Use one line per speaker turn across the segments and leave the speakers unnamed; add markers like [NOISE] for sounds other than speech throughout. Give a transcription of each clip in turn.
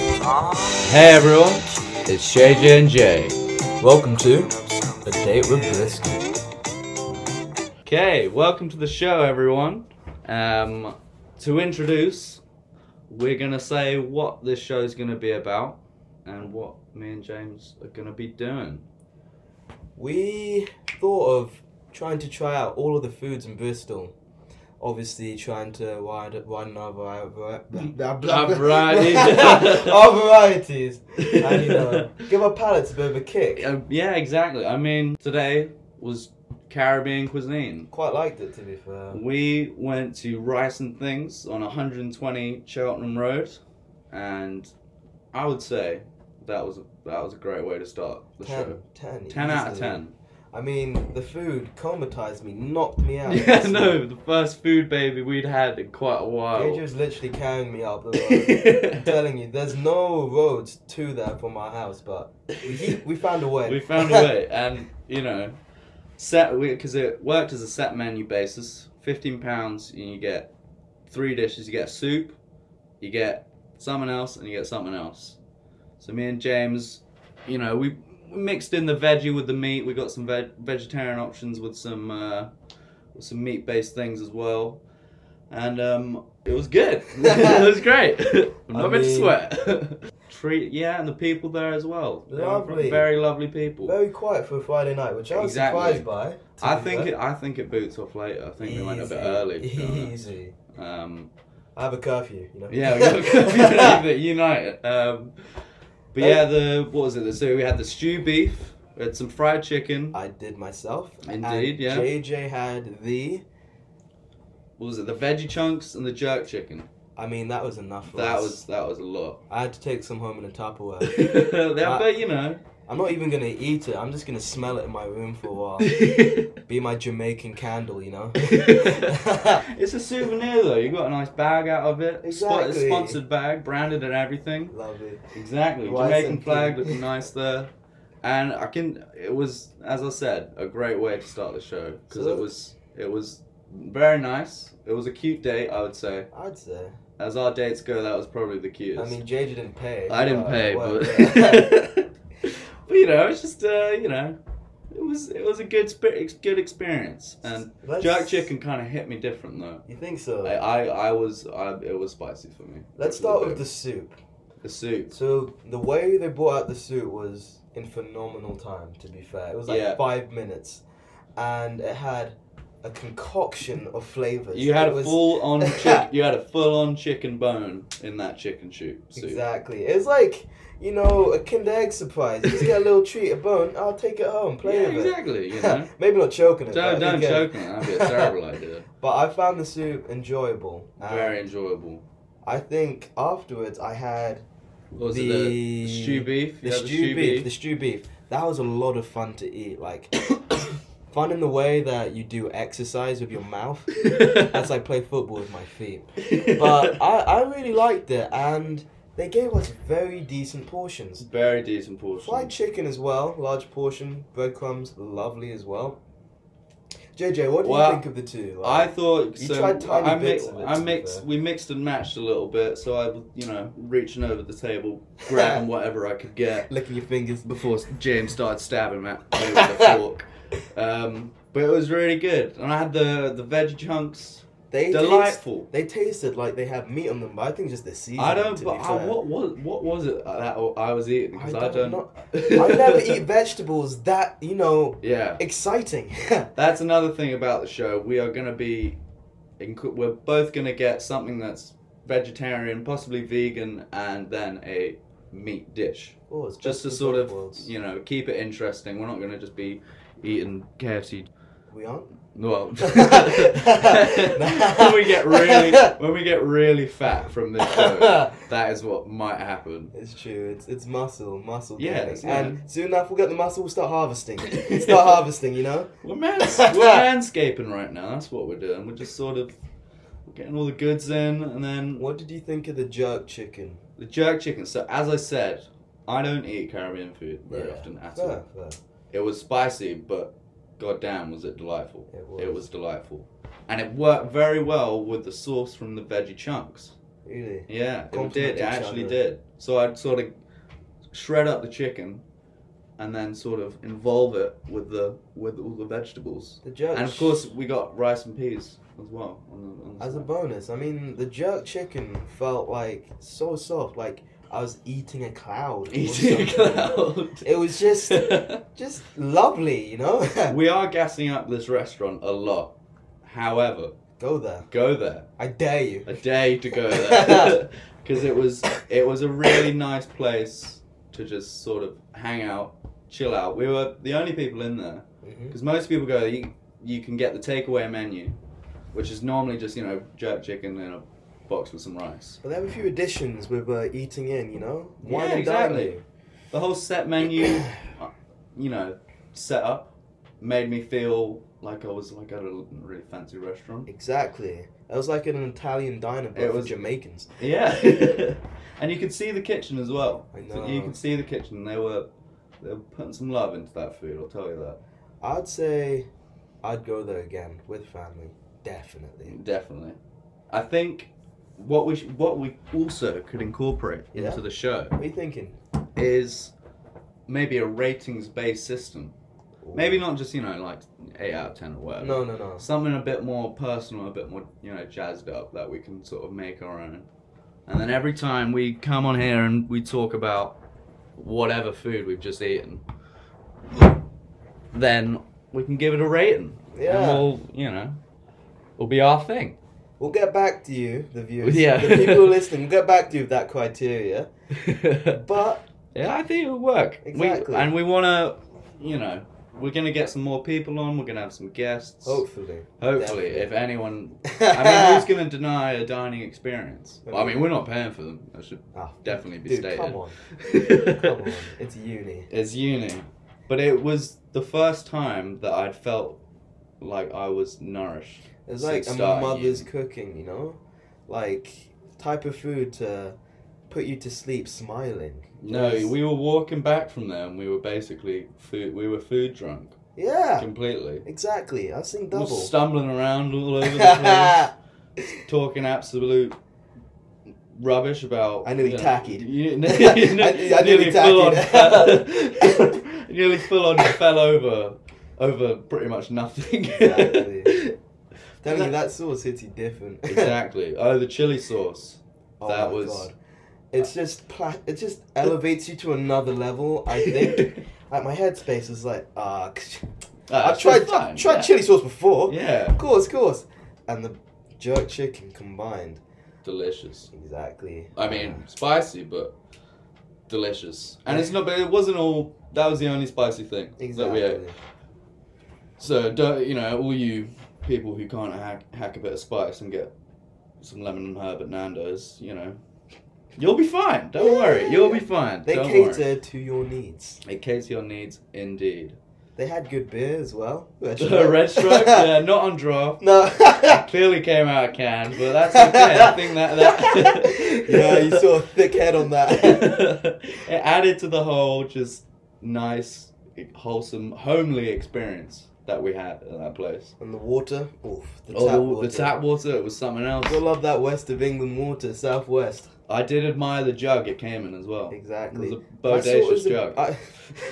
Hey everyone, it's JJ and Jay.
Welcome to A Date with Brisky.
Okay, welcome to the show, everyone. Um, to introduce, we're gonna say what this show's gonna be about and what me and James are gonna be doing.
We thought of trying to try out all of the foods in Bristol. Obviously, trying to widen, widen our, vari- vari- blah, blah, blah.
Variety.
our varieties. And, you
[LAUGHS]
know, give our palates a bit of a kick.
Um, yeah, exactly. I mean, today was Caribbean cuisine.
Quite liked it, to be fair.
We went to Rice and Things on 120 Cheltenham Road, and I would say that was a, that was a great way to start the show.
10, 10,
10 out of
easily.
10.
I mean, the food comatized me, knocked me out.
[LAUGHS] Yeah, no, the first food baby we'd had in quite a
JJ
while.
was literally carrying me up the
[LAUGHS]
road. I'm telling you, there's no roads to there from our house, but we, we found a way.
we found a way, and you know, set because it worked as a set menu basis. Fifteen pounds, and you get three dishes. You get soup, you get something else, and you get something else. So me and James, you know, we we mixed in the veggie with the meat. We got some veg- vegetarian options with some uh, with some meat based things as well, and um, it was good. [LAUGHS] it was great.
[LAUGHS]
I'm
I
not meant to
mean-
sweat. [LAUGHS] Treat, yeah, and the people there as well. They were
Lovely.
very lovely people.
Very quiet for a Friday night, which I was
Exactly.
surprised by. to
I
be
think
fair.
it, I think it boots off later. I think we went a bit
Easy, [LAUGHS]
early. to be honest.
Easy.
Um,
I have a curfew, you know.
yeah, we got a coffee break at United. Um, but
Hey.
yeah, the what was it? So we had the stew beef. We had some fried chicken.
[LAUGHS] I did myself.
Indeed,
and
yeah.
JJ had the.
What was it? The veggie chunks and the jerk chicken.
I mean, that was enough. For
That
us.
was that was a
[LAUGHS]
lot.
I had to take some home in a
[LAUGHS]
Tupperware.
yeah, but
[LAUGHS]
you know,
I'm not even gonna eat it. I'm just gonna smell it in my room for a while.
it's
Be my Jamaican candle, you
[LAUGHS]
know.
a souvenir though. You got a nice bag out of it. Spot-
Exactly.
sponsored bag, branded and everything.
Lovely.
Exactly.
Rice
Jamaican
and
flag
tea. [LAUGHS]
looking nice there. And I can it was as I said, a great way to start the show because it
Good.
was it was very nice. It was a cute date, I would say.
I'd say.
As our dates go, that was probably the cutest.
I mean, JJ didn't pay.
I didn't
but
pay,
what-
but [LAUGHS] but you know, it's just uh, you know, it was it was a good spe- good experience. And
Let's-
jerk chicken kind of hit me different though.
You think so?
I I, I was I, it was spicy for me.
Let's
It was a
start
bit
with
of-
the soup.
the soup.
So the way they brought out the soup was in phenomenal time. To be fair, it was like
Yeah.
five minutes, and it had a concoction of flavors.
You had
it
a
was,
full on
[LAUGHS]
chick- you had a full on chicken bone in that chicken shoot soup.
Exactly. It was like you know a Kinder Egg surprise. You just get a little treat, a bone. I'll take it home, play
Yeah,
with
exactly.
it.
You know,
[LAUGHS] Maybe not choking it.
don't
but
don't
again-
joke on it. That'd be a
[LAUGHS]
terrible idea.
But I found the soup enjoyable. and
Very enjoyable.
I think afterwards I had
What was it
the-
the stew beef?
the
You had
stew beef, the stew beef. That was a lot of fun to eat.
[COUGHS]
Like fun in the way that you do exercise with your
[LAUGHS]
mouth. As I play football with my feet. But I, I really liked it and they gave us very decent portions.
very decent portion.
Fried chicken as well, large portion, breadcrumbs, lovely as well. JJ, what do
Well,
you think of the two?
I
Like,
thought
You
so.
tried tiny
I
bits
mix-
of it,
I
to be
mixed.
fair.
We mixed and matched a little bit. So I, was, you know, reaching over the table,
[LAUGHS]
grabbing whatever I could get
licking your fingers.
before James started stabbing me with a fork. Um, but it was really good, and I had the the veggie chunks.
They taste,
Delightful.
they tasted like they had meat on them, but I think just the seasoning.
I don't.
to
But
be
I,
fair.
what was what was it that I was eating? Because I,
I
don't.
don't
[LAUGHS]
I never eat vegetables that you know
yeah,
exciting. [LAUGHS]
that's another thing about the show. We are going to be, inc- we're both going to get something that's vegetarian, possibly vegan, and then a meat dish,
Oh, it's
just to
best of
sort
both
of
worlds.
you know keep it interesting. We're not going to just be eating KFC
we
[LAUGHS]
aren't. [LAUGHS]
Well, when we get really when we get really fat from this
[LAUGHS]
show, that is what might happen.
It's true. It's it's muscle, muscle.
Yeah,
gaining.
it's- yeah.
and soon enough we'll get the muscle. We'll start harvesting. start
[LAUGHS]
harvesting. You know. [LAUGHS]
We're, mans- we're manscaping right now. That's what we're doing. We're just sort of getting all the goods in, and then
What did you think of the jerk chicken?
the jerk chicken. So as I said, I don't eat Caribbean food very
Yeah,
often at all.
Fair, fair.
It was spicy, but goddamn, was it delightful!
It was.
It was delightful, and it worked very well with the sauce from the veggie chunks.
Really?
Yeah, it
Compliment
did. It
each
actually
other.
did. So I'd sort of shred up the chicken, and then sort of involve it with the with all the vegetables,
The jerk.
and of course we got rice and peas as well. On the, on the
As a [LAUGHS]
side.
bonus, I mean, the jerk chicken felt like so soft, like I was eating a cloud. or
[LAUGHS] eating a
something.
cloud.
It was
[LAUGHS]
just, just lovely, you know. [LAUGHS]
we are gassing up this restaurant a lot. However,
Go there,
go there.
I dare you.
a day to go
[LAUGHS]
there because it was it was a really nice place to just sort of hang out, chill out. We were the only people in there
Mhm.
because most people go you you can get the takeaway menu, which is normally just you know jerk chicken in a box with some rice.
But there were a few additions with uh, eating in, you know.
Yeah,
and
exactly.
dining.
The whole set menu, uh, you know, set up made me feel like I was like at a really fancy restaurant.
[COUGHS] Exactly. It was like an Italian diner, but
It
it was
was-
Jamaicans. [LAUGHS]
Yeah, and you could see the kitchen as well.
I know.
So you can see the kitchen. They were they were putting some love into that food. I'll tell you that.
I'd say, I'd go there again with family, definitely.
Definitely. I think what we sh- what we also could incorporate into
Yeah.
the show
What are you thinking?
is maybe a ratings based system. Maybe not just you know like eight out of ten or whatever.
No, no, no.
Something a bit more personal, a bit more you know jazzed up that we can sort of make our own. And then every time we come on here and we talk about whatever food we've just eaten, then we can give it a rating.
Yeah.
And we'll, you know, will be our
[LAUGHS]
thing.
We'll get back to you, the viewers.
Yeah.
The people who are listening, we'll get back to you with that criteria.
yeah, [LAUGHS]
But
I think it'll work.
Exactly.
We, and we want to, you know, we're going to get some more people on. We're going to have some guests.
hopefully.
Hopefully,
Oh, definitely.
if anyone.
[LAUGHS]
I mean, who's going to deny a dining experience? Well, I mean, we're not paying for them. That should
Ah,
definitely be
Dude,
stated.
come on.
[LAUGHS]
Come on. It's uni.
It's uni. But it was the first time that I'd felt like I was nourished.
It's
Since
like a
starting
mother's cooking, you know? Like, type of food to put you to sleep smiling.
No,
Yes.
we were walking back from there, and we were basically food. We were food drunk
Yeah,
completely.
exactly. I sing
We were
double.
stumbling around
[LAUGHS]
all over the place, talking absolute rubbish about.
I nearly
you know, [LAUGHS]
tackied.
You, you,
[LAUGHS] I- I nearly [LAUGHS]
full on,
tackied.
fell- [LAUGHS] nearly full on fell over, over pretty much nothing.
Exactly. Telling you, that sauce hits you different.
[LAUGHS]
[LAUGHS]
Exactly. Oh, the chili sauce.
Oh
that
my
was.
God. It's just pla- it just elevates you to another level. I
[LAUGHS]
think. like my headspace is like, ah, [LAUGHS]
Ah,
I've tried
fine,
I've tried
yeah.
chili sauce before.
Yeah,
Of course, of course. And the jerk chicken combined.
delicious.
Exactly.
I mean, spicy, but delicious. And it's not, but it wasn't all. That was the only spicy thing that we ate.
exactly.
So don't, you know, all you people who can't hack, hack a bit of spice and get some lemon and herb at Nando's, you know, you'll be fine. Don't worry, you'll be fine.
They
don't
cater
Worry.
to your needs.
It caters your needs, indeed.
They had good beer as
[LAUGHS]
well. Red [LAUGHS]
Red Stripe, yeah, not on draft.
no.
Clearly came out of can, but that's
[LAUGHS]
okay. I think that that.
yeah, you saw a thick head on that.
[LAUGHS] it added to the whole just nice, wholesome, homely experience that we had at that place.
[LAUGHS] and the water. Oof. The
oh,
tap
the,
water.
the tap water was something else.
I love that West of England water, Southwest.
I did admire the jug it came in as well. It was
Exactly.
a
I saw it
bodacious
was a-
jug.
I,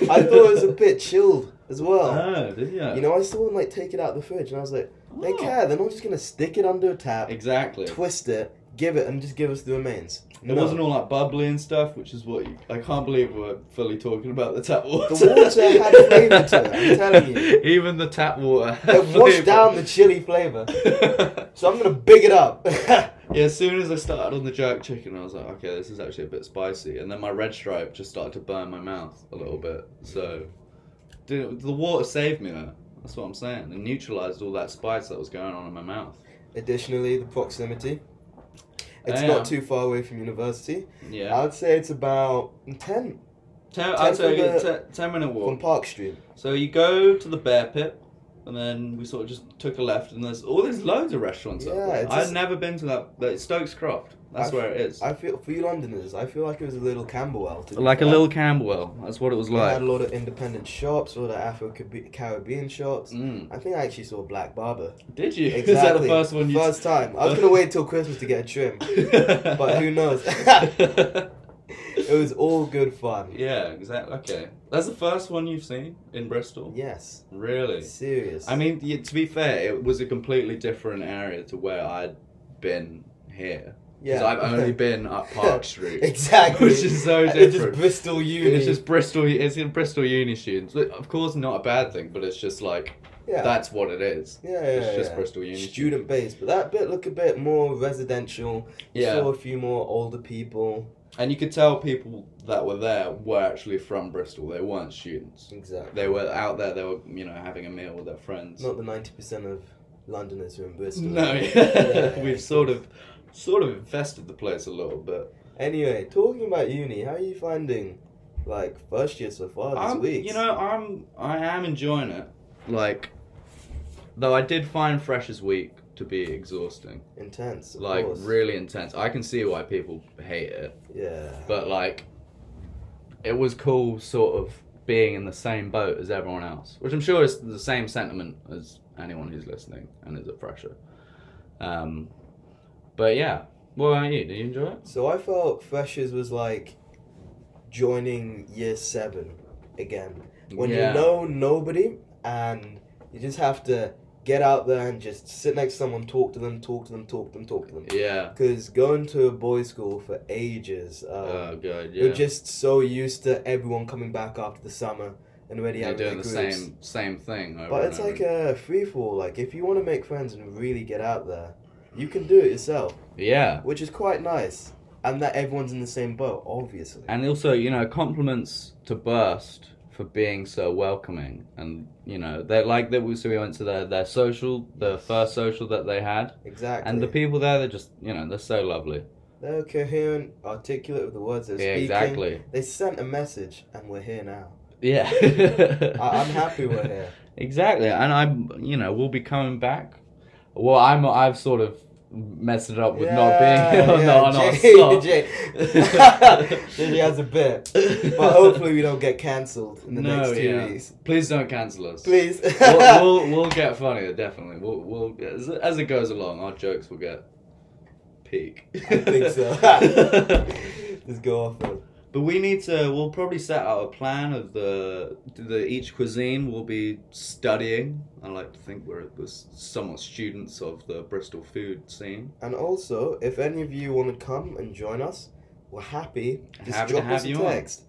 I thought it
[LAUGHS]
was a bit chilled as well.
Oh, did you?
You know, I saw them like take it out of the fridge, and I was like, they
Oh.
care. They're not just gonna stick it under a tap,
Exactly.
twist it, give it, and just give us the remains.
It wasn't all like bubbly and stuff, which is what you, I can't believe we're fully talking about the tap water.
water had flavour to it, I'm telling you.
[LAUGHS] Even the tap water. [LAUGHS] had
It washed
flavour.
down the chili flavor.
[LAUGHS]
So I'm gonna big it up. [LAUGHS] yeah,
Yeah, as soon as I started on the jerk chicken, I was like, okay, this is actually a bit spicy. And then my red stripe just started to burn my mouth a little bit. So did the water saved me though. That's what I'm saying. It neutralized all that spice that was going on in my mouth.
Additionally, the proximity. It's
Yeah.
not too far away from university.
Yeah.
I'd say it's about ten
ten,
Uh,
I'd
ten
say
from
a te- 10 minute
from
walk.
Park Street.
So you go to the bear pit, and then we sort of just took a left, and there's all these loads of restaurants. up
Yeah,
there.
it's
I'd
just-
never been to that. Like Stokes Croft. That's
I've-
where it is.
I feel for you Londoners. I feel like it was a little Camberwell. To be
like a
fair.
little Camberwell. That's what it was
They had
like.
a lot of independent shops, a lot of Afro Caribbean shops.
Mm.
I think I actually saw Black Barber.
Did you?
Exactly.
[LAUGHS] Is that the first one you?
First time. I was gonna
[LAUGHS]
wait till Christmas to get a trim, but
but
who knows? it was all good fun.
[LAUGHS] yeah, exactly. Okay, that's the first one you've seen in Bristol.
Yes.
Really?
Serious.
I mean, y- to be fair, it was a completely different area to where I'd been here. Because
[LAUGHS]
I've only been up Park Street.
exactly.
Which is so
It's
different.
just Bristol Uni.
It's just Bristol. It's in Bristol Uni students. But Of course, not a bad thing, but it's just like
yeah.
that's what it is.
yeah, yeah,
It's
yeah,
just
yeah.
Bristol Uni.
Student based, but that bit looked a bit more residential. You
Yeah.
Saw a few more older people.
And you could tell people that were there were actually from Bristol. They weren't students.
Exactly.
They were out there. They were you know having a meal with their friends.
Not the ninety percent of Londoners who are in Bristol.
no, [LAUGHS]
Yeah,
we've sort of sort of infested the place a little bit.
Anyway, talking about uni, how are you finding, like, first year so far this
I'm,
week?
Um, you know, I'm I am enjoying it. Like, though I did find Freshers Week to be exhausting,
intense. Of
like
course.
really intense. I can see why people hate it.
Yeah.
but like it was cool sort of being in the same boat as everyone else which i'm sure is the same sentiment as anyone who's listening and is a fresher um, but yeah what about you do you enjoy it
So I felt freshers was like joining year seven again. When
Yeah.
you know nobody and you just have to get out there and just sit next to someone, talk to them, talk to them, talk to them, talk to them.
yeah
Because going to a boys' school for ages, um,
oh god yeah
you're just so used to everyone coming back after the summer and already
they're
having
doing
their
the
groups.
same same thing over
But
and
it's
over.
like a free fall. Like if you want to make friends and really get out there, you can do it yourself,
yeah
which is quite nice. And that everyone's in the same boat, obviously.
and also you know compliments to burst for being so welcoming and you know they like that we so we went to their, their social the first social that they had
Exactly.
and the people there they're just you know they're so lovely
they're coherent, articulate with the words they're
Yeah,
speaking.
exactly.
They sent a message, and we're here
[LAUGHS]
now.
Yeah.
I-
[LAUGHS]
I'm happy we're here.
Exactly, and I'm, you know, we'll be coming back. Well, I'm, I've sort of messed it up with not being [LAUGHS] on,
yeah,
the, on our
Jay-
slot.
Jay-
[LAUGHS]
JJ has a bit, but hopefully we don't get cancelled in the
No,
next two
yeah.
weeks.
[LAUGHS] Please don't cancel us.
Please.
[LAUGHS]
[LAUGHS]
We'll, we'll, we'll get funnier, definitely. We'll, we'll as, as it goes along, our jokes will get peak.
I think so.
[LAUGHS]
[LAUGHS] Just go off it.
But we need to. We'll probably set out a plan of the the each cuisine we'll be studying. I like to think we're the s- somewhat students of the Bristol food scene.
And also, if any of you want to come and join us, we're happy. Just
Happy to
drop
have
us a
you on.
text.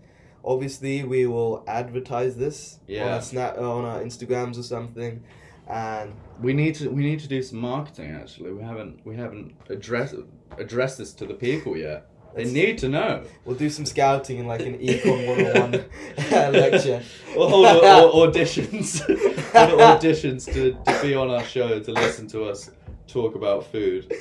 Obviously, we will advertise this on
Yeah.
our snap, on our Instagrams or something. And
We need to we need to do some marketing. Actually, we haven't we haven't addressed addressed this to the people yet. They
That's-
need to know.
we'll do some scouting in like an Econ
[LAUGHS]
101 lecture.
Or hold au-
[LAUGHS]
au- auditions, [LAUGHS] Hold auditions to, to be on our show to listen to us talk about food.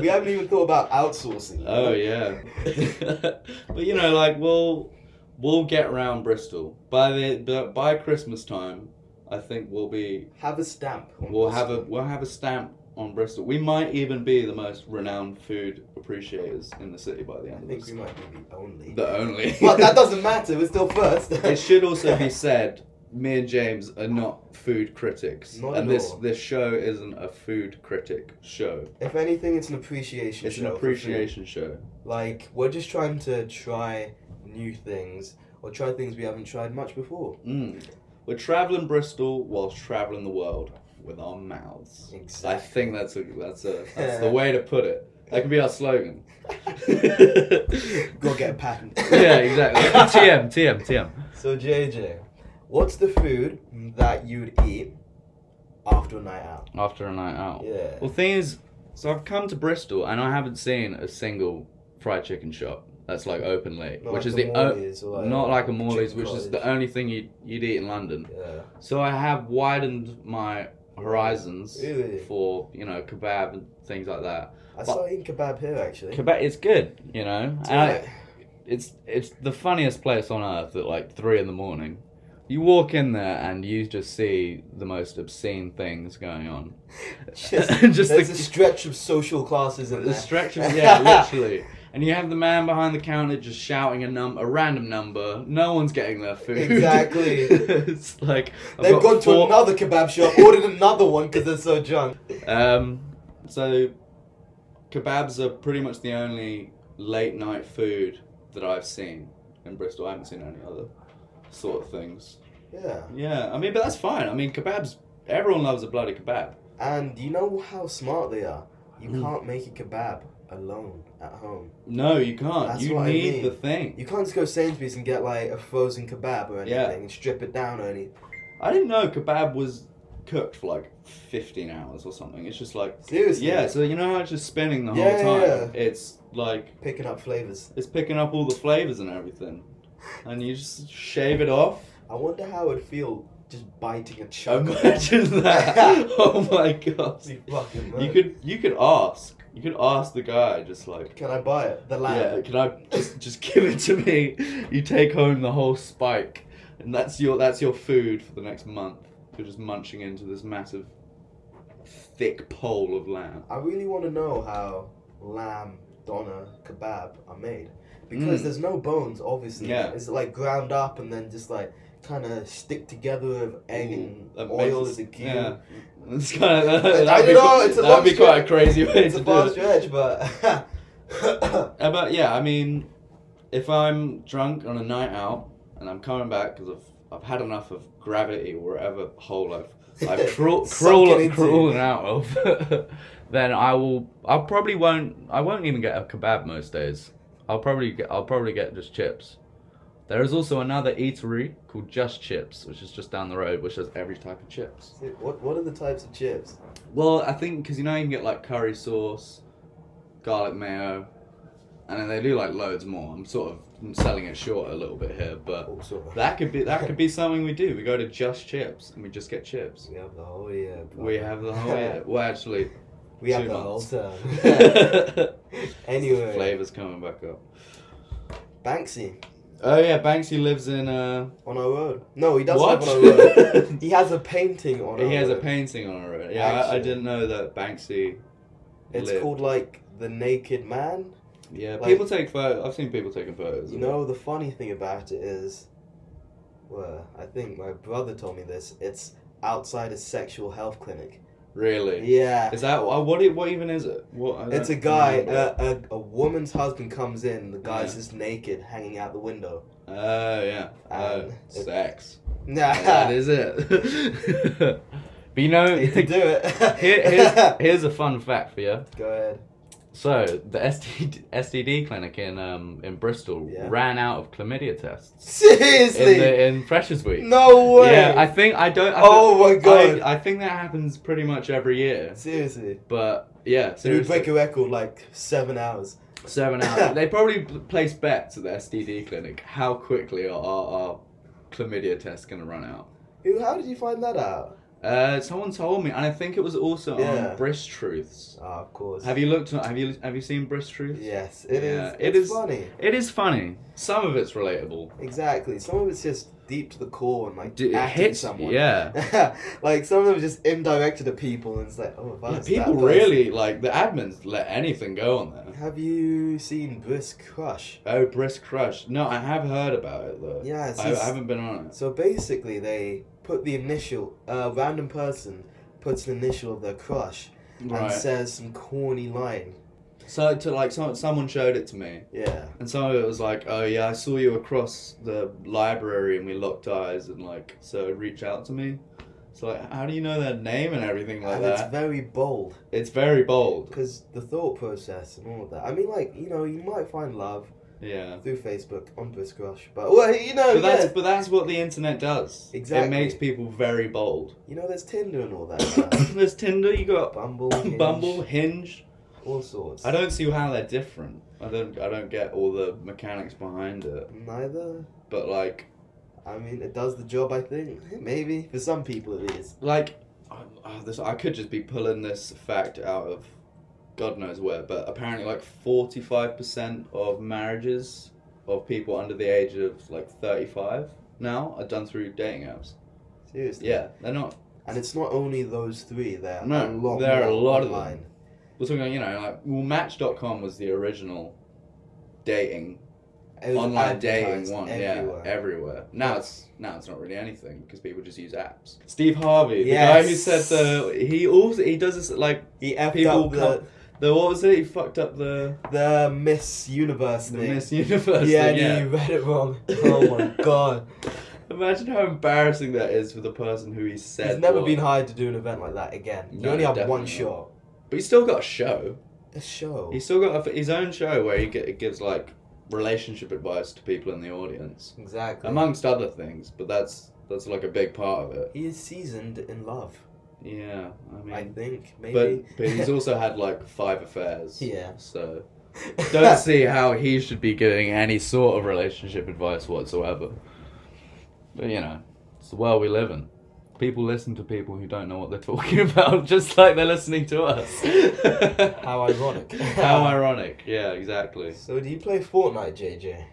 we haven't even thought about outsourcing. you know?
Oh yeah, [LAUGHS] but you know, like we'll we'll get round Bristol by the but by Christmas time. I think we'll be
have a stamp. on
we'll
this.
have a we'll have a stamp on Bristol. We might even be the most renowned food appreciators in the city by the
I
end of
think we
this.
might be the only. [LAUGHS]
The only.
But that doesn't matter. We're still first.
[LAUGHS] it should also be said. Me and James are not food critics,
Not
and
at
this
all.
this show isn't a food critic show.
[LAUGHS] If anything, it's an appreciation.
It's an
show for food.
appreciation show.
Like we're just trying to try new things or try things we haven't tried much before.
Mm. We're traveling Bristol whilst traveling the world with our mouths. I
Exactly.
think that's a, that's a, that's the way to put it. That could be
[LAUGHS]
our slogan.
Go get a patent.
[LAUGHS] yeah, exactly. [LAUGHS]
[LAUGHS]
TM, TM, TM.
So JJ, what's the food that you'd eat after a night out?
After a night out.
Yeah.
Well, thing is, so I've come to Bristol and I haven't seen a single fried chicken shop that's like open late,
Not
which
like
is
a
the o-
Morley's or like
not like a
Chicken
Morley's, which is the
Cottage.
only thing you'd, you'd eat in London.
Yeah.
So I have widened my horizons
Really?
for you know kebab and things like that.
I started eating kebab here actually.
Kebab, it's good, you [LAUGHS] know. And I, it's it's the funniest place on earth at like three in the morning, You walk in there and you just see the most obscene things going on.
Just,
[LAUGHS] Just
there's
the-
a stretch of social classes in
The
there. [LAUGHS]
stretch of yeah, literally. And you have the man behind the counter just shouting a num a random number. No one's getting their food.
Exactly.
[LAUGHS] it's like I've
They've
got
gone to
four-
another kebab
[LAUGHS]
shop, ordered another one because they're so drunk.
Um, so kebabs are pretty much the only late night food that I've seen in Bristol. I haven't seen any other sort of things.
Yeah.
Yeah, I mean, but that's fine. I mean, kebabs. Everyone loves a bloody kebab.
And you know how smart they are. You
Mm.
can't make a kebab alone at home.
No, you can't.
That's
you
what I
need
mean.
the thing.
You can't just go to Sainsbury's and get like a frozen kebab or anything
Yeah.
and strip it down or anything.
I didn't know kebab was cooked for like 15 hours or something. It's just like
Seriously.
yeah. So you know how it's just spinning the
Yeah,
whole time.
yeah,
It's like
Picking up flavors.
it's picking up all the flavors and everything, and you just shave it off.
I wonder how it'd feel just biting a chunk.
Um,
[LAUGHS]
Imagine that. oh my gosh.
You fucking
You
mad.
could you could ask. You could ask the guy just like
Can I buy it? The
Yeah,
lamb.
can I just just give it to me? You take home the whole spike. And that's your that's your food for the next month. You're just munching into this massive thick pole of lamb.
I really want to know how lamb doner kebab are made because
Mm.
there's no bones. Obviously,
Yeah.
It's like ground up and then just like kind of stick together with egg and
That
oil
makes
as a
it-
goo.
Yeah. It's [LAUGHS] kind of
I
that'd
don't
be,
know,
quite-
it's a
that'd
long
be quite a
stretch.
crazy way
It's
to
a
do
far
it.
stretch,
[LAUGHS]
but [LAUGHS]
Uh, but yeah, I mean, if I'm drunk on a night out and I'm coming back because I've, I've had enough of gravity, wherever hole I've
[LAUGHS]
I've crawl,
Sunken
crawled
into.
crawling out of, [LAUGHS] then I will. I probably won't. I won't even get a kebab most days. I'll probably get. I'll probably get just chips. There is also another eatery called Just Chips, which is just down the road, which has every type of chips.
what what are the types of chips?
Well, I think because you know you can get like curry sauce, garlic mayo, and then they do like loads more. I'm sort of selling it short a little bit here, but
Also,
Oh, that could be that could be something we do. We go to Just Chips and we just get chips.
we have the whole year. bro.
We have the whole yeah. Well, [LAUGHS] actually,
we have
two
the [LAUGHS]
months. [LAUGHS]
whole term.
flavors
anyway,
coming back up.
Banksy
Oh yeah, Banksy lives in. Uh,
on our road. No, he doesn't
what?
live on our road.
[LAUGHS]
He has a painting on.
he
our
has a
road.
painting on a road. Yeah, I, I
Actually.
didn't know that Banksy.
It's
lived.
called like the Naked Man.
Yeah,
like-
people take photos. I've seen people taking photos.
You
of it.
know, the funny thing about it is, well, I think my brother told me this. It's outside a sexual health clinic.
Really?
Yeah.
Is that uh, what? It, what even is it? What? I
It's a
don't
guy,
remember.
a, a, a woman's husband comes in, the guy's
Yeah.
just naked hanging out the window.
Oh yeah. Oh,
And it-
sex.
Nah,
[LAUGHS] that is it. [LAUGHS] but
[LAUGHS]
you know,
you can do it.
[LAUGHS] here, here's, here's a fun fact for you.
[LAUGHS] Go ahead.
So the STD, STD clinic in um in Bristol
Yeah.
ran out of chlamydia tests
Seriously?
in the, in Freshers Week.
no way.
Yeah, I think I don't. I
oh my
don't-
god.
I, I think that happens pretty much every year.
Seriously.
But yeah,
It would
seriously,
break a record like seven hours. [LAUGHS]
Seven hours. they probably pl- place bets at the STD clinic. How quickly are our, our chlamydia tests going to run out?
Who? How did you find that out?
Uh, someone told me, and I think it was also
Yeah.
on Brist Truths.
Ah, of course.
Have you looked? on- Have you have you seen Brist Truths?
Yes, it is.
Yeah, it
It's
is-
funny.
It is funny. Some of it's relatable.
Exactly. Some of it's just deep to the core and like
D- It
acting
hits
someone.
Yeah.
[LAUGHS] like some of them are just indirect to the people, and it's like, oh,
Yeah,
that's
people
that person.
really like the admins let anything go on there.
Have you seen Brisk Crush?
Oh, Brist Crush. No, I have heard about it though.
Yeah, it's
I,
just-
I haven't been on it.
So basically, they put the initial. A random person puts an initial of their crush and
Right.
says some corny line.
So to like, so, someone showed it to me.
Yeah.
And some of it was like, oh yeah, I saw you across the library and we locked eyes and like, so reach out to me. So like, how do you know their name and everything like
and
that?
it's very bold
It's very bold.
because the thought process and all of that. I mean, like you know, you might find love
Yeah.
through Facebook on Brisk Crush, but well, [LAUGHS] you know,
But that's
yeah,
but that's what the internet does. It
Exactly.
makes people very bold.
You know, there's Tinder and all that. man.
[COUGHS] There's Tinder, you got
Bumble, Hinge,
[COUGHS] Bumble, Hinge.
all sorts.
I don't see how they're different. I don't I don't get all the mechanics behind it.
Neither.
But like
I mean, it does the job. I think maybe for some people it is.
like oh, oh, this I could just be pulling this fact out of God knows where, but apparently like forty five percent of marriages of people under the age of like thirty five now are done through dating apps.
Seriously.
Yeah, they're not.
And it's not only those three. There are a
No,
lot.
there are a
more
lot of them.
online.
We're talking, you know, like well, Match.com was the original dating
It was
online dating
advertised
one.
everywhere.
Yeah, everywhere. Now it's now it's not really anything because people just use apps. Steve Harvey, the guy who
Yes.
said the he also he does this like
He effed
People
up
come-
the,
the what was it? He fucked up the
the Miss Universe
the
thing.
Miss Universe.
yeah,
thing,
no, you read it
[LAUGHS]
wrong. Oh my god.
Imagine how embarrassing that is for the person who he said.
He's never
was.
been hired to do an event like that again. You
No,
only have
definitely
one
not.
shot.
But he's still got a show.
A show.
He's still got a, his own show where he g- gives like relationship advice to people in the audience,
exactly.
amongst other things. But that's that's like a big part of it.
he is seasoned in love,
Yeah, I mean,
I think. Maybe.
but
[LAUGHS]
but he's also had like five affairs.
Yeah.
So
[LAUGHS]
don't see how he should be giving any sort of relationship advice whatsoever. But you know, it's the world we live in. People listen to people who don't know what they're [LAUGHS] talking about, just like they're listening to us. [LAUGHS]
How ironic.
How ironic. Yeah, exactly.
so do you play Fortnite, JJ?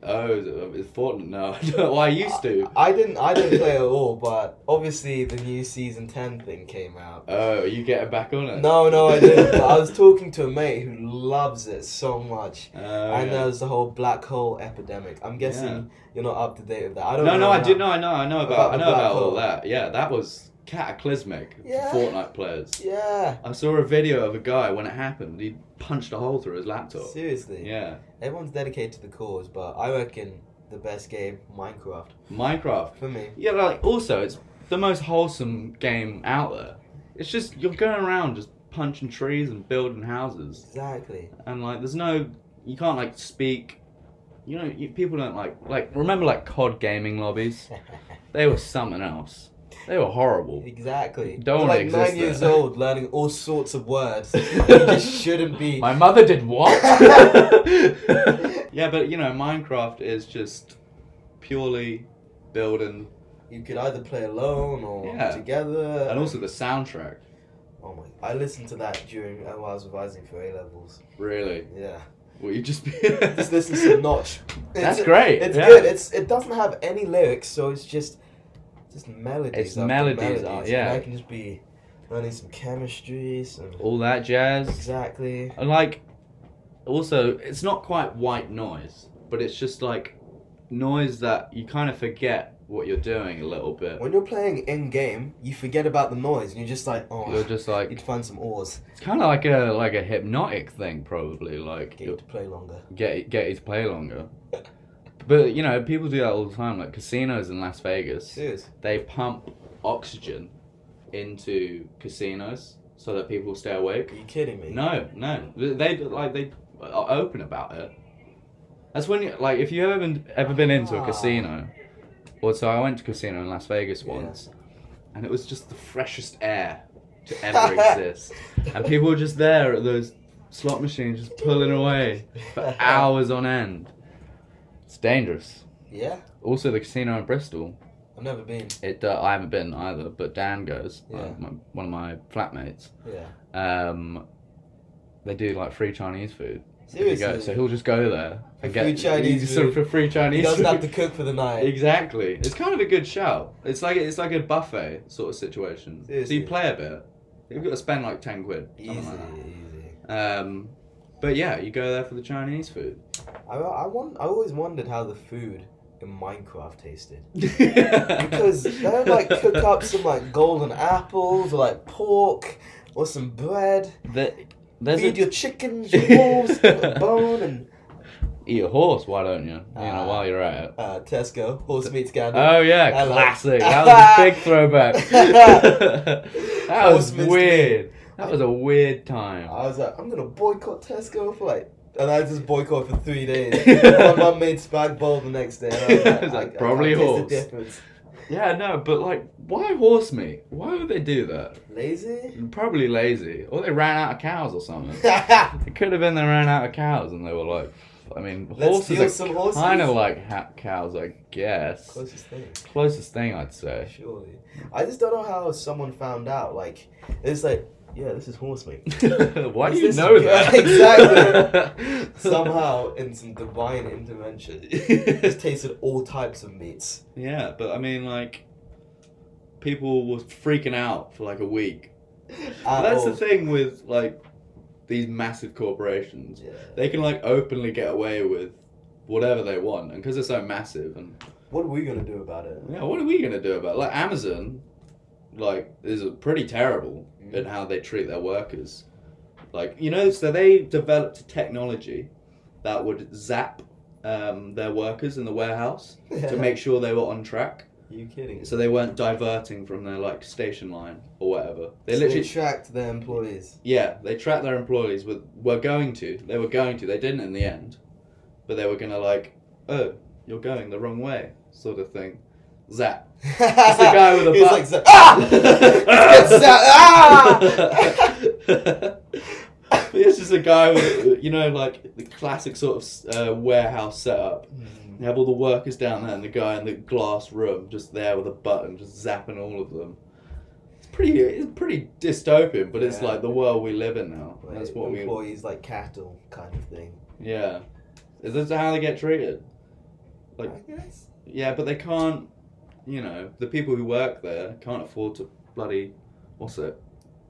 Oh, is it- is Fortnite? No, [LAUGHS] I don't- well, I used to.
I didn't. I didn't play at all. But obviously, the new season ten thing came out.
Oh, are you getting back on it?
No, no, I didn't. but I was
[LAUGHS]
talking to a mate who loves it so much.
Oh,
and
yeah.
there's the whole black hole epidemic. I'm guessing
Yeah.
you're not up to date with that. I don't
No,
know.
no, I
how-
did. No, I know, I know about,
About
I
the
know
black
about all
hole.
that. Yeah, that was cataclysmic
Yeah.
for Fortnite players.
Yeah.
I saw a video of a guy when it happened. He punched a hole through his laptop.
Seriously.
Yeah,
Everyone's dedicated to the cause, but I reckon the best game, Minecraft,
Minecraft.
for me.
Yeah, like also it's the most wholesome game out there. It's just you're going around just punching trees and building houses,
Exactly. [LAUGHS]
and like there's no you can't like speak. You know, you, people don't like like remember like COD gaming lobbies. They were something else. They were horrible.
exactly.
Don't
You're
wanna
like
exist
nine years
there.
old, learning all sorts of
[LAUGHS]
words. you just shouldn't be.
My mother did what? [LAUGHS] yeah, but you know, Minecraft is just purely building,
You could either play alone or
Yeah.
together.
and also the soundtrack.
oh my! I listened to that during uh, while I was revising for A levels.
Really,
Yeah.
well, you just [LAUGHS]
Just listen to Notch.
That's
It's-
great.
It's
yeah.
good. It's it doesn't have any lyrics, so it's just just melodies.
It's
after
melodies, uh,
melodies.
yeah.
And I can just be learning some chemistry, some
all that jazz,
exactly.
and like, also, it's not quite white noise, but it's just like noise that you kind of forget what you're doing a little bit.
When you're playing in game, you forget about the noise, and you're just like, oh,
You're just
you'd
like
find some oars.
it's kind of like a like a hypnotic thing, probably. Like
Get you to play
[LAUGHS]
longer.
get get his play longer. But you know, people do that all the time. Like casinos in Las Vegas,
Serious.
they pump oxygen into casinos so that people stay awake.
Are you kidding me?
No, no, they like they are open about it. That's when you, like if you ever been ever been into a
Ah.
casino, or so I went to a casino in Las Vegas
Yeah.
once, and it was just the freshest air to
[LAUGHS]
ever exist, and people were just there at those slot machines just pulling away
[LAUGHS]
for hours on end. It's dangerous.
Yeah,
Also, the casino in Bristol.
I've never been.
It uh, I haven't been either, but Dan goes. uh,
Yeah.
my, one of my flatmates.
Yeah.
Um, they do like free Chinese food. If you
Seriously.
go- so he'll just go there and
For free
get
Chinese
he's- so
food.
for free
he
Chinese.
doesn't have
food. [LAUGHS]
to cook for the night.
Exactly. It's kind of a good shout. It's like it's like a buffet sort of situation. So
Seriously.
you play a bit. You've got to spend like ten quid.
Easy,
something like
easy.
that. Um, but yeah, you go there for the Chinese food.
I, I, want, I always wondered how the food in Minecraft
[LAUGHS]
tasted.
because
Because they don't like cook
[LAUGHS]
up some like golden apples or like pork or some bread.
there's
Feed
a,
your
[LAUGHS]
chickens, your wolves, give it a bone, and
eat a horse. Why don't you? You know,
Ah.
while you're at it.
uh, Tesco horse meat scandal.
Oh yeah,
Hello.
classic. That was
[LAUGHS]
a big throwback. that was
Horseman's
weird. That was a weird time.
I was like, I'm gonna boycott Tesco for like, and I just boycott for three
[LAUGHS]
days. My mum made spag bowl the next day. And I
It was
was like, I-
like,
I,
probably
can't taste
horse.
The difference.
Yeah, no, but like, why horse meat? Why would they do that?
Lazy. [LAUGHS]
Probably lazy, or they ran out of cows or something. It could have been they ran out of cows and they were like, I mean,
Let's steal
horses
some
are
horses.
kind of like ha- cows, I guess.
Closest thing.
Closest thing I'd say.
Surely. I just don't know how someone found out. Like, it's like yeah, this is horse
[LAUGHS]
meat.
Why do
Is
you
this- [LAUGHS]
know
Yeah,
that?
[LAUGHS]
exactly. Somehow, in some divine intervention, it's tasted all types of meats.
yeah, but I mean, like, people were freaking out for like a week.
At
That's
all.
the thing with like these massive corporations.
Yeah.
They can like openly get away with whatever they want, and because they're so massive, and
What are we gonna do about it?
Yeah, what are we gonna do about it? like Amazon? Like, is pretty terrible
Mm. [LAUGHS]
in how they treat their workers. Like, you know, so they developed a technology that would zap um, their workers in the
[LAUGHS]
warehouse to make sure they were on track,
you kidding?
so they weren't diverting from their like station line or whatever. They
So
literally,
attract their employees.
yeah, they tracked their employees. With were going to, they were going to. They didn't in the end, but they were gonna like, oh, you're going the wrong way, sort of thing. Zap.
It's
the guy with the
[LAUGHS] He's
bu-
like, "Za- ah!
[LAUGHS]
It's za- ah!
But it's just a guy with, you know, like the classic sort of uh, warehouse setup. You have all the workers down there and the guy in the glass room just there with a button, just zapping all of them. It's pretty, it's pretty dystopian, but it's
Yeah.
like the world we live in now.
Like,
[LAUGHS] That's what we,
employees like cattle kind of thing.
yeah. Is this how they get treated? Like,
I guess.
Yeah, but they can't. You know, the people who work there can't afford to bloody what's it?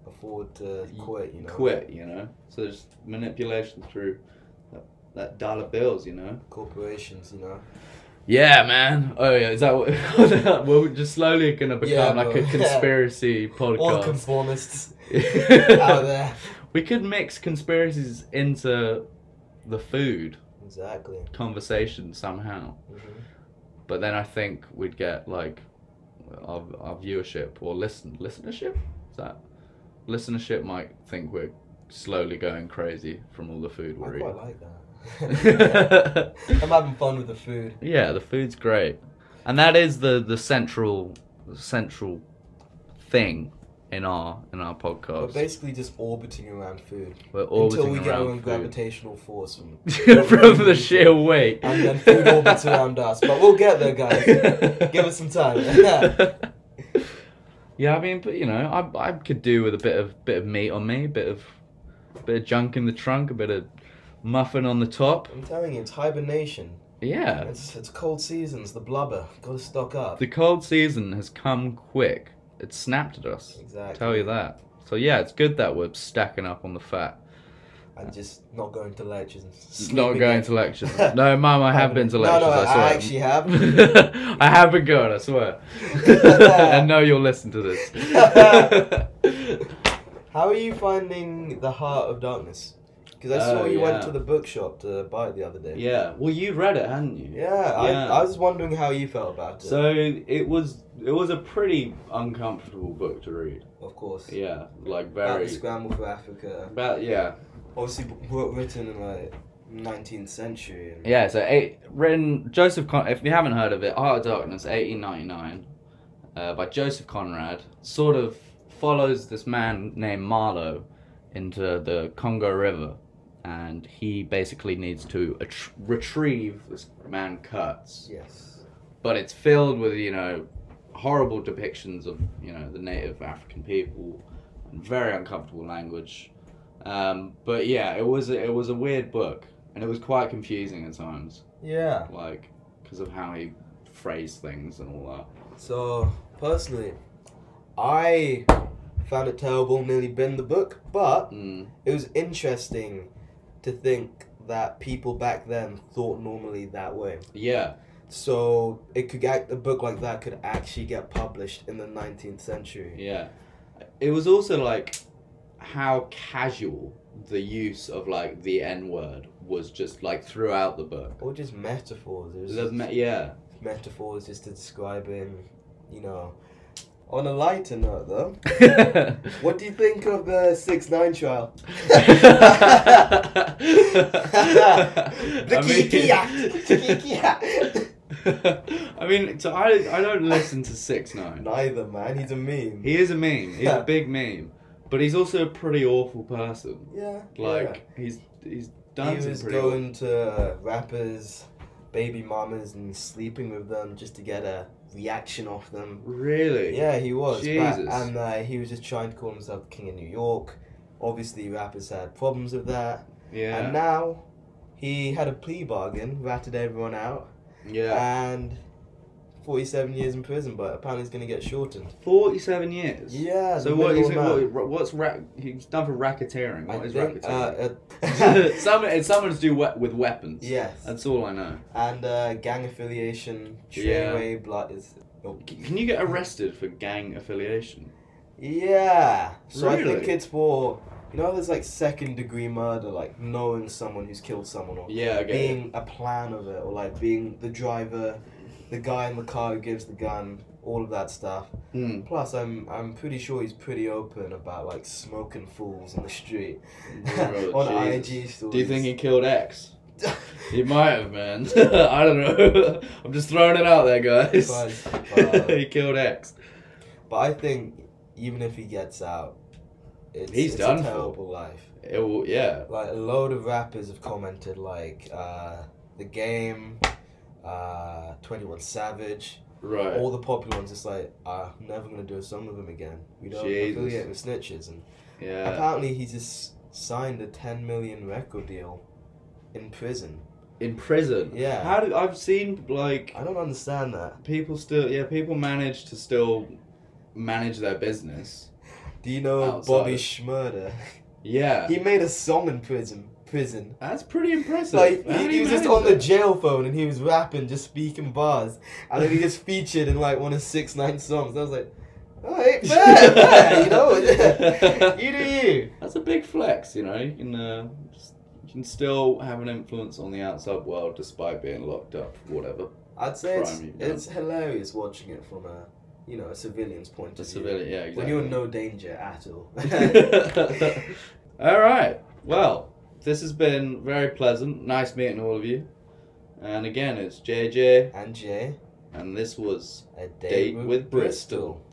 Afford to quit, you know.
Quit. You know, so there's manipulation through that, that dollar bills. You know.
Corporations, you know.
Yeah, man. Oh yeah, is that what? [LAUGHS] we're just slowly gonna
become Yeah, like a bro. [LAUGHS]
conspiracy
All conformists [LAUGHS]
[LAUGHS]
out
podcast.
there.
we could mix conspiracies into the food
Exactly.
conversation somehow,
Mhm.
but then I think we'd get like our, our viewership or listen listenership. Is that listenership might think we're slowly going crazy from all the food
I
we're
quite like
eating.
that.
[LAUGHS]
I'm having fun with the food.
yeah, the food's great, and that is the the central central thing in our in our
We're
podcast.
basically just orbiting around food
We're
until
Oh, orbiting
we get our own
around food. [LAUGHS]
gravitational force from
from the sheer weight,
and then food orbits around us. But we'll get there, guys.
[LAUGHS]
Give us some time.
yeah, I mean, but you know, I I could do with a bit of bit of meat on me, bit of bit of junk in the trunk, a bit of muffin on the top.
I'm telling you, it's hibernation.
Yeah,
It's it's cold seasons. The blubber. Gotta stock up.
the cold season has come quick. It snapped at us.
Exactly.
tell you that. So yeah, it's good that we're stacking up on the fat.
And just not going to lectures. and
Not
sleeping
going
in.
to lectures. [LAUGHS] No, mum, I have been to lectures.
[LAUGHS] No, no,
I, swear.
I actually
[LAUGHS]
have.
I have been going,
[LAUGHS]
I swear. [LAUGHS] and no, you'll listen to this.
How are you finding the Heart of Darkness? Because I saw
Oh,
you
yeah.
went to the bookshop to buy it the other day.
yeah. Well, you read it, hadn't you?
Yeah, I,
Yeah.
I was wondering how you felt about it.
So it was it was a pretty uncomfortable book to read.
of course.
Yeah, like
About the
very
scramble for Africa.
about yeah
Obviously, b- wr- written in like 19th century. And
yeah. So eight written Joseph Con. If you haven't heard of it, Heart of Darkness, eighteen ninety nine, uh, by Joseph Conrad, sort of follows this man named Marlowe into the Congo River, and he basically needs to attr- retrieve this man Kurtz.
Yes.
but it's filled with you know horrible depictions of you know the native African people and very uncomfortable language. Um, but yeah, it was a, it was a weird book and it was quite confusing at times,
Yeah.
like because of how he phrased things and all
So, personally, I found it terrible, nearly binned the book, but
that. Mm.
it was interesting to think that people back then thought normally that way.
Yeah,
So, it could act, a book like that could actually get published in the 19th century.
yeah. It was also like how casual the use of like the N word was just like throughout the book.
Or just metaphors. It was
The,
just [LAUGHS]
me- yeah, [LAUGHS]
metaphors just to describing, you know. On a lighter note, though, what do you think of the 6 9
[LAUGHS]
trial? The
the
Kiki
[LAUGHS]
Act! The Kiki Act!
I mean, so I, I don't listen to Six Nine.
Neither, man. He's a meme.
He is a meme. He's a big meme, but he's also a pretty awful person.
yeah.
Like he's he's
yeah.
done
he
some
was
pretty.
going to rappers, baby mamas and sleeping with them just to get a reaction off them.
Really?
Yeah, he was. But,
Jesus.
and uh, he was just trying to call himself the King of New York. Obviously, rappers had problems with that.
Yeah.
And now he had a plea bargain, ratted everyone out,
yeah.
and 47 years in prison, but apparently he's going to get shortened.
Forty-seven years.
Yeah,
So
the
what is it?
minimum amount.
What, what's ra- he's done for racketeering?
I
What is
think,
racketeering?
uh, uh, [LAUGHS]
[LAUGHS] Some it's something to do we- with weapons.
Yes.
That's all I know.
and uh, gang affiliation,
Yeah.
Treyway, blood is. oh,
C- Can you get arrested for gang affiliation?
Yeah. So I
Really?
think it's for you know there's like second degree murder, like knowing someone who's killed someone or
Yeah. Okay.
being a plan of it or like being the driver, the guy in the car who gives the gun, all of that stuff. [LAUGHS]
Hmm.
Plus I'm I'm pretty sure he's pretty open about like smoking fools on the street. [LAUGHS]
Oh,
on
Jesus.
IG stories.
Do you
[LAUGHS]
think he killed X? He
he
might have, man. [LAUGHS] I don't know. [LAUGHS] I'm just throwing it out there, guys. [LAUGHS]
But-
he killed X.
But I think even if he gets out it's,
He's
it's
done
a
for.
terrible life.
It will, yeah.
like a load of rappers have commented like uh, the game uh, 21 savage
Right.
all the popular ones it's like "Ah, i'm never gonna do a song with him again we don't
Jesus.
affiliate with snitches and
yeah.
apparently he just signed a 10 million record deal in prison
In prison.
Yeah.
How do I've seen like
i don't understand that
people still yeah people manage to still manage their business.
do you know
Outside.
bobby schmurder
Yeah.
he made a song in prison prison
That's pretty impressive.
like
How do
he, he
you
was just
manage
on the
that?
jail phone and he was rapping, just speaking bars, and then he gets featured in like one of six nine songs. I was like, alright, fair, fair, you know, [LAUGHS] you do you.
That's a big flex, you know. You can, uh, just, you can still have an influence on the outside world despite being locked up, whatever.
I'd say it's,
Crime, you know.
it's hilarious watching it from a you know a civilian's point
The
of view
civilian, yeah, exactly.
when you're in no danger at all.
[LAUGHS] all right. Well, this has been very pleasant. Nice meeting all of you. And again, it's JJ,
and Jay,
and this was
a date,
Date with Bristol.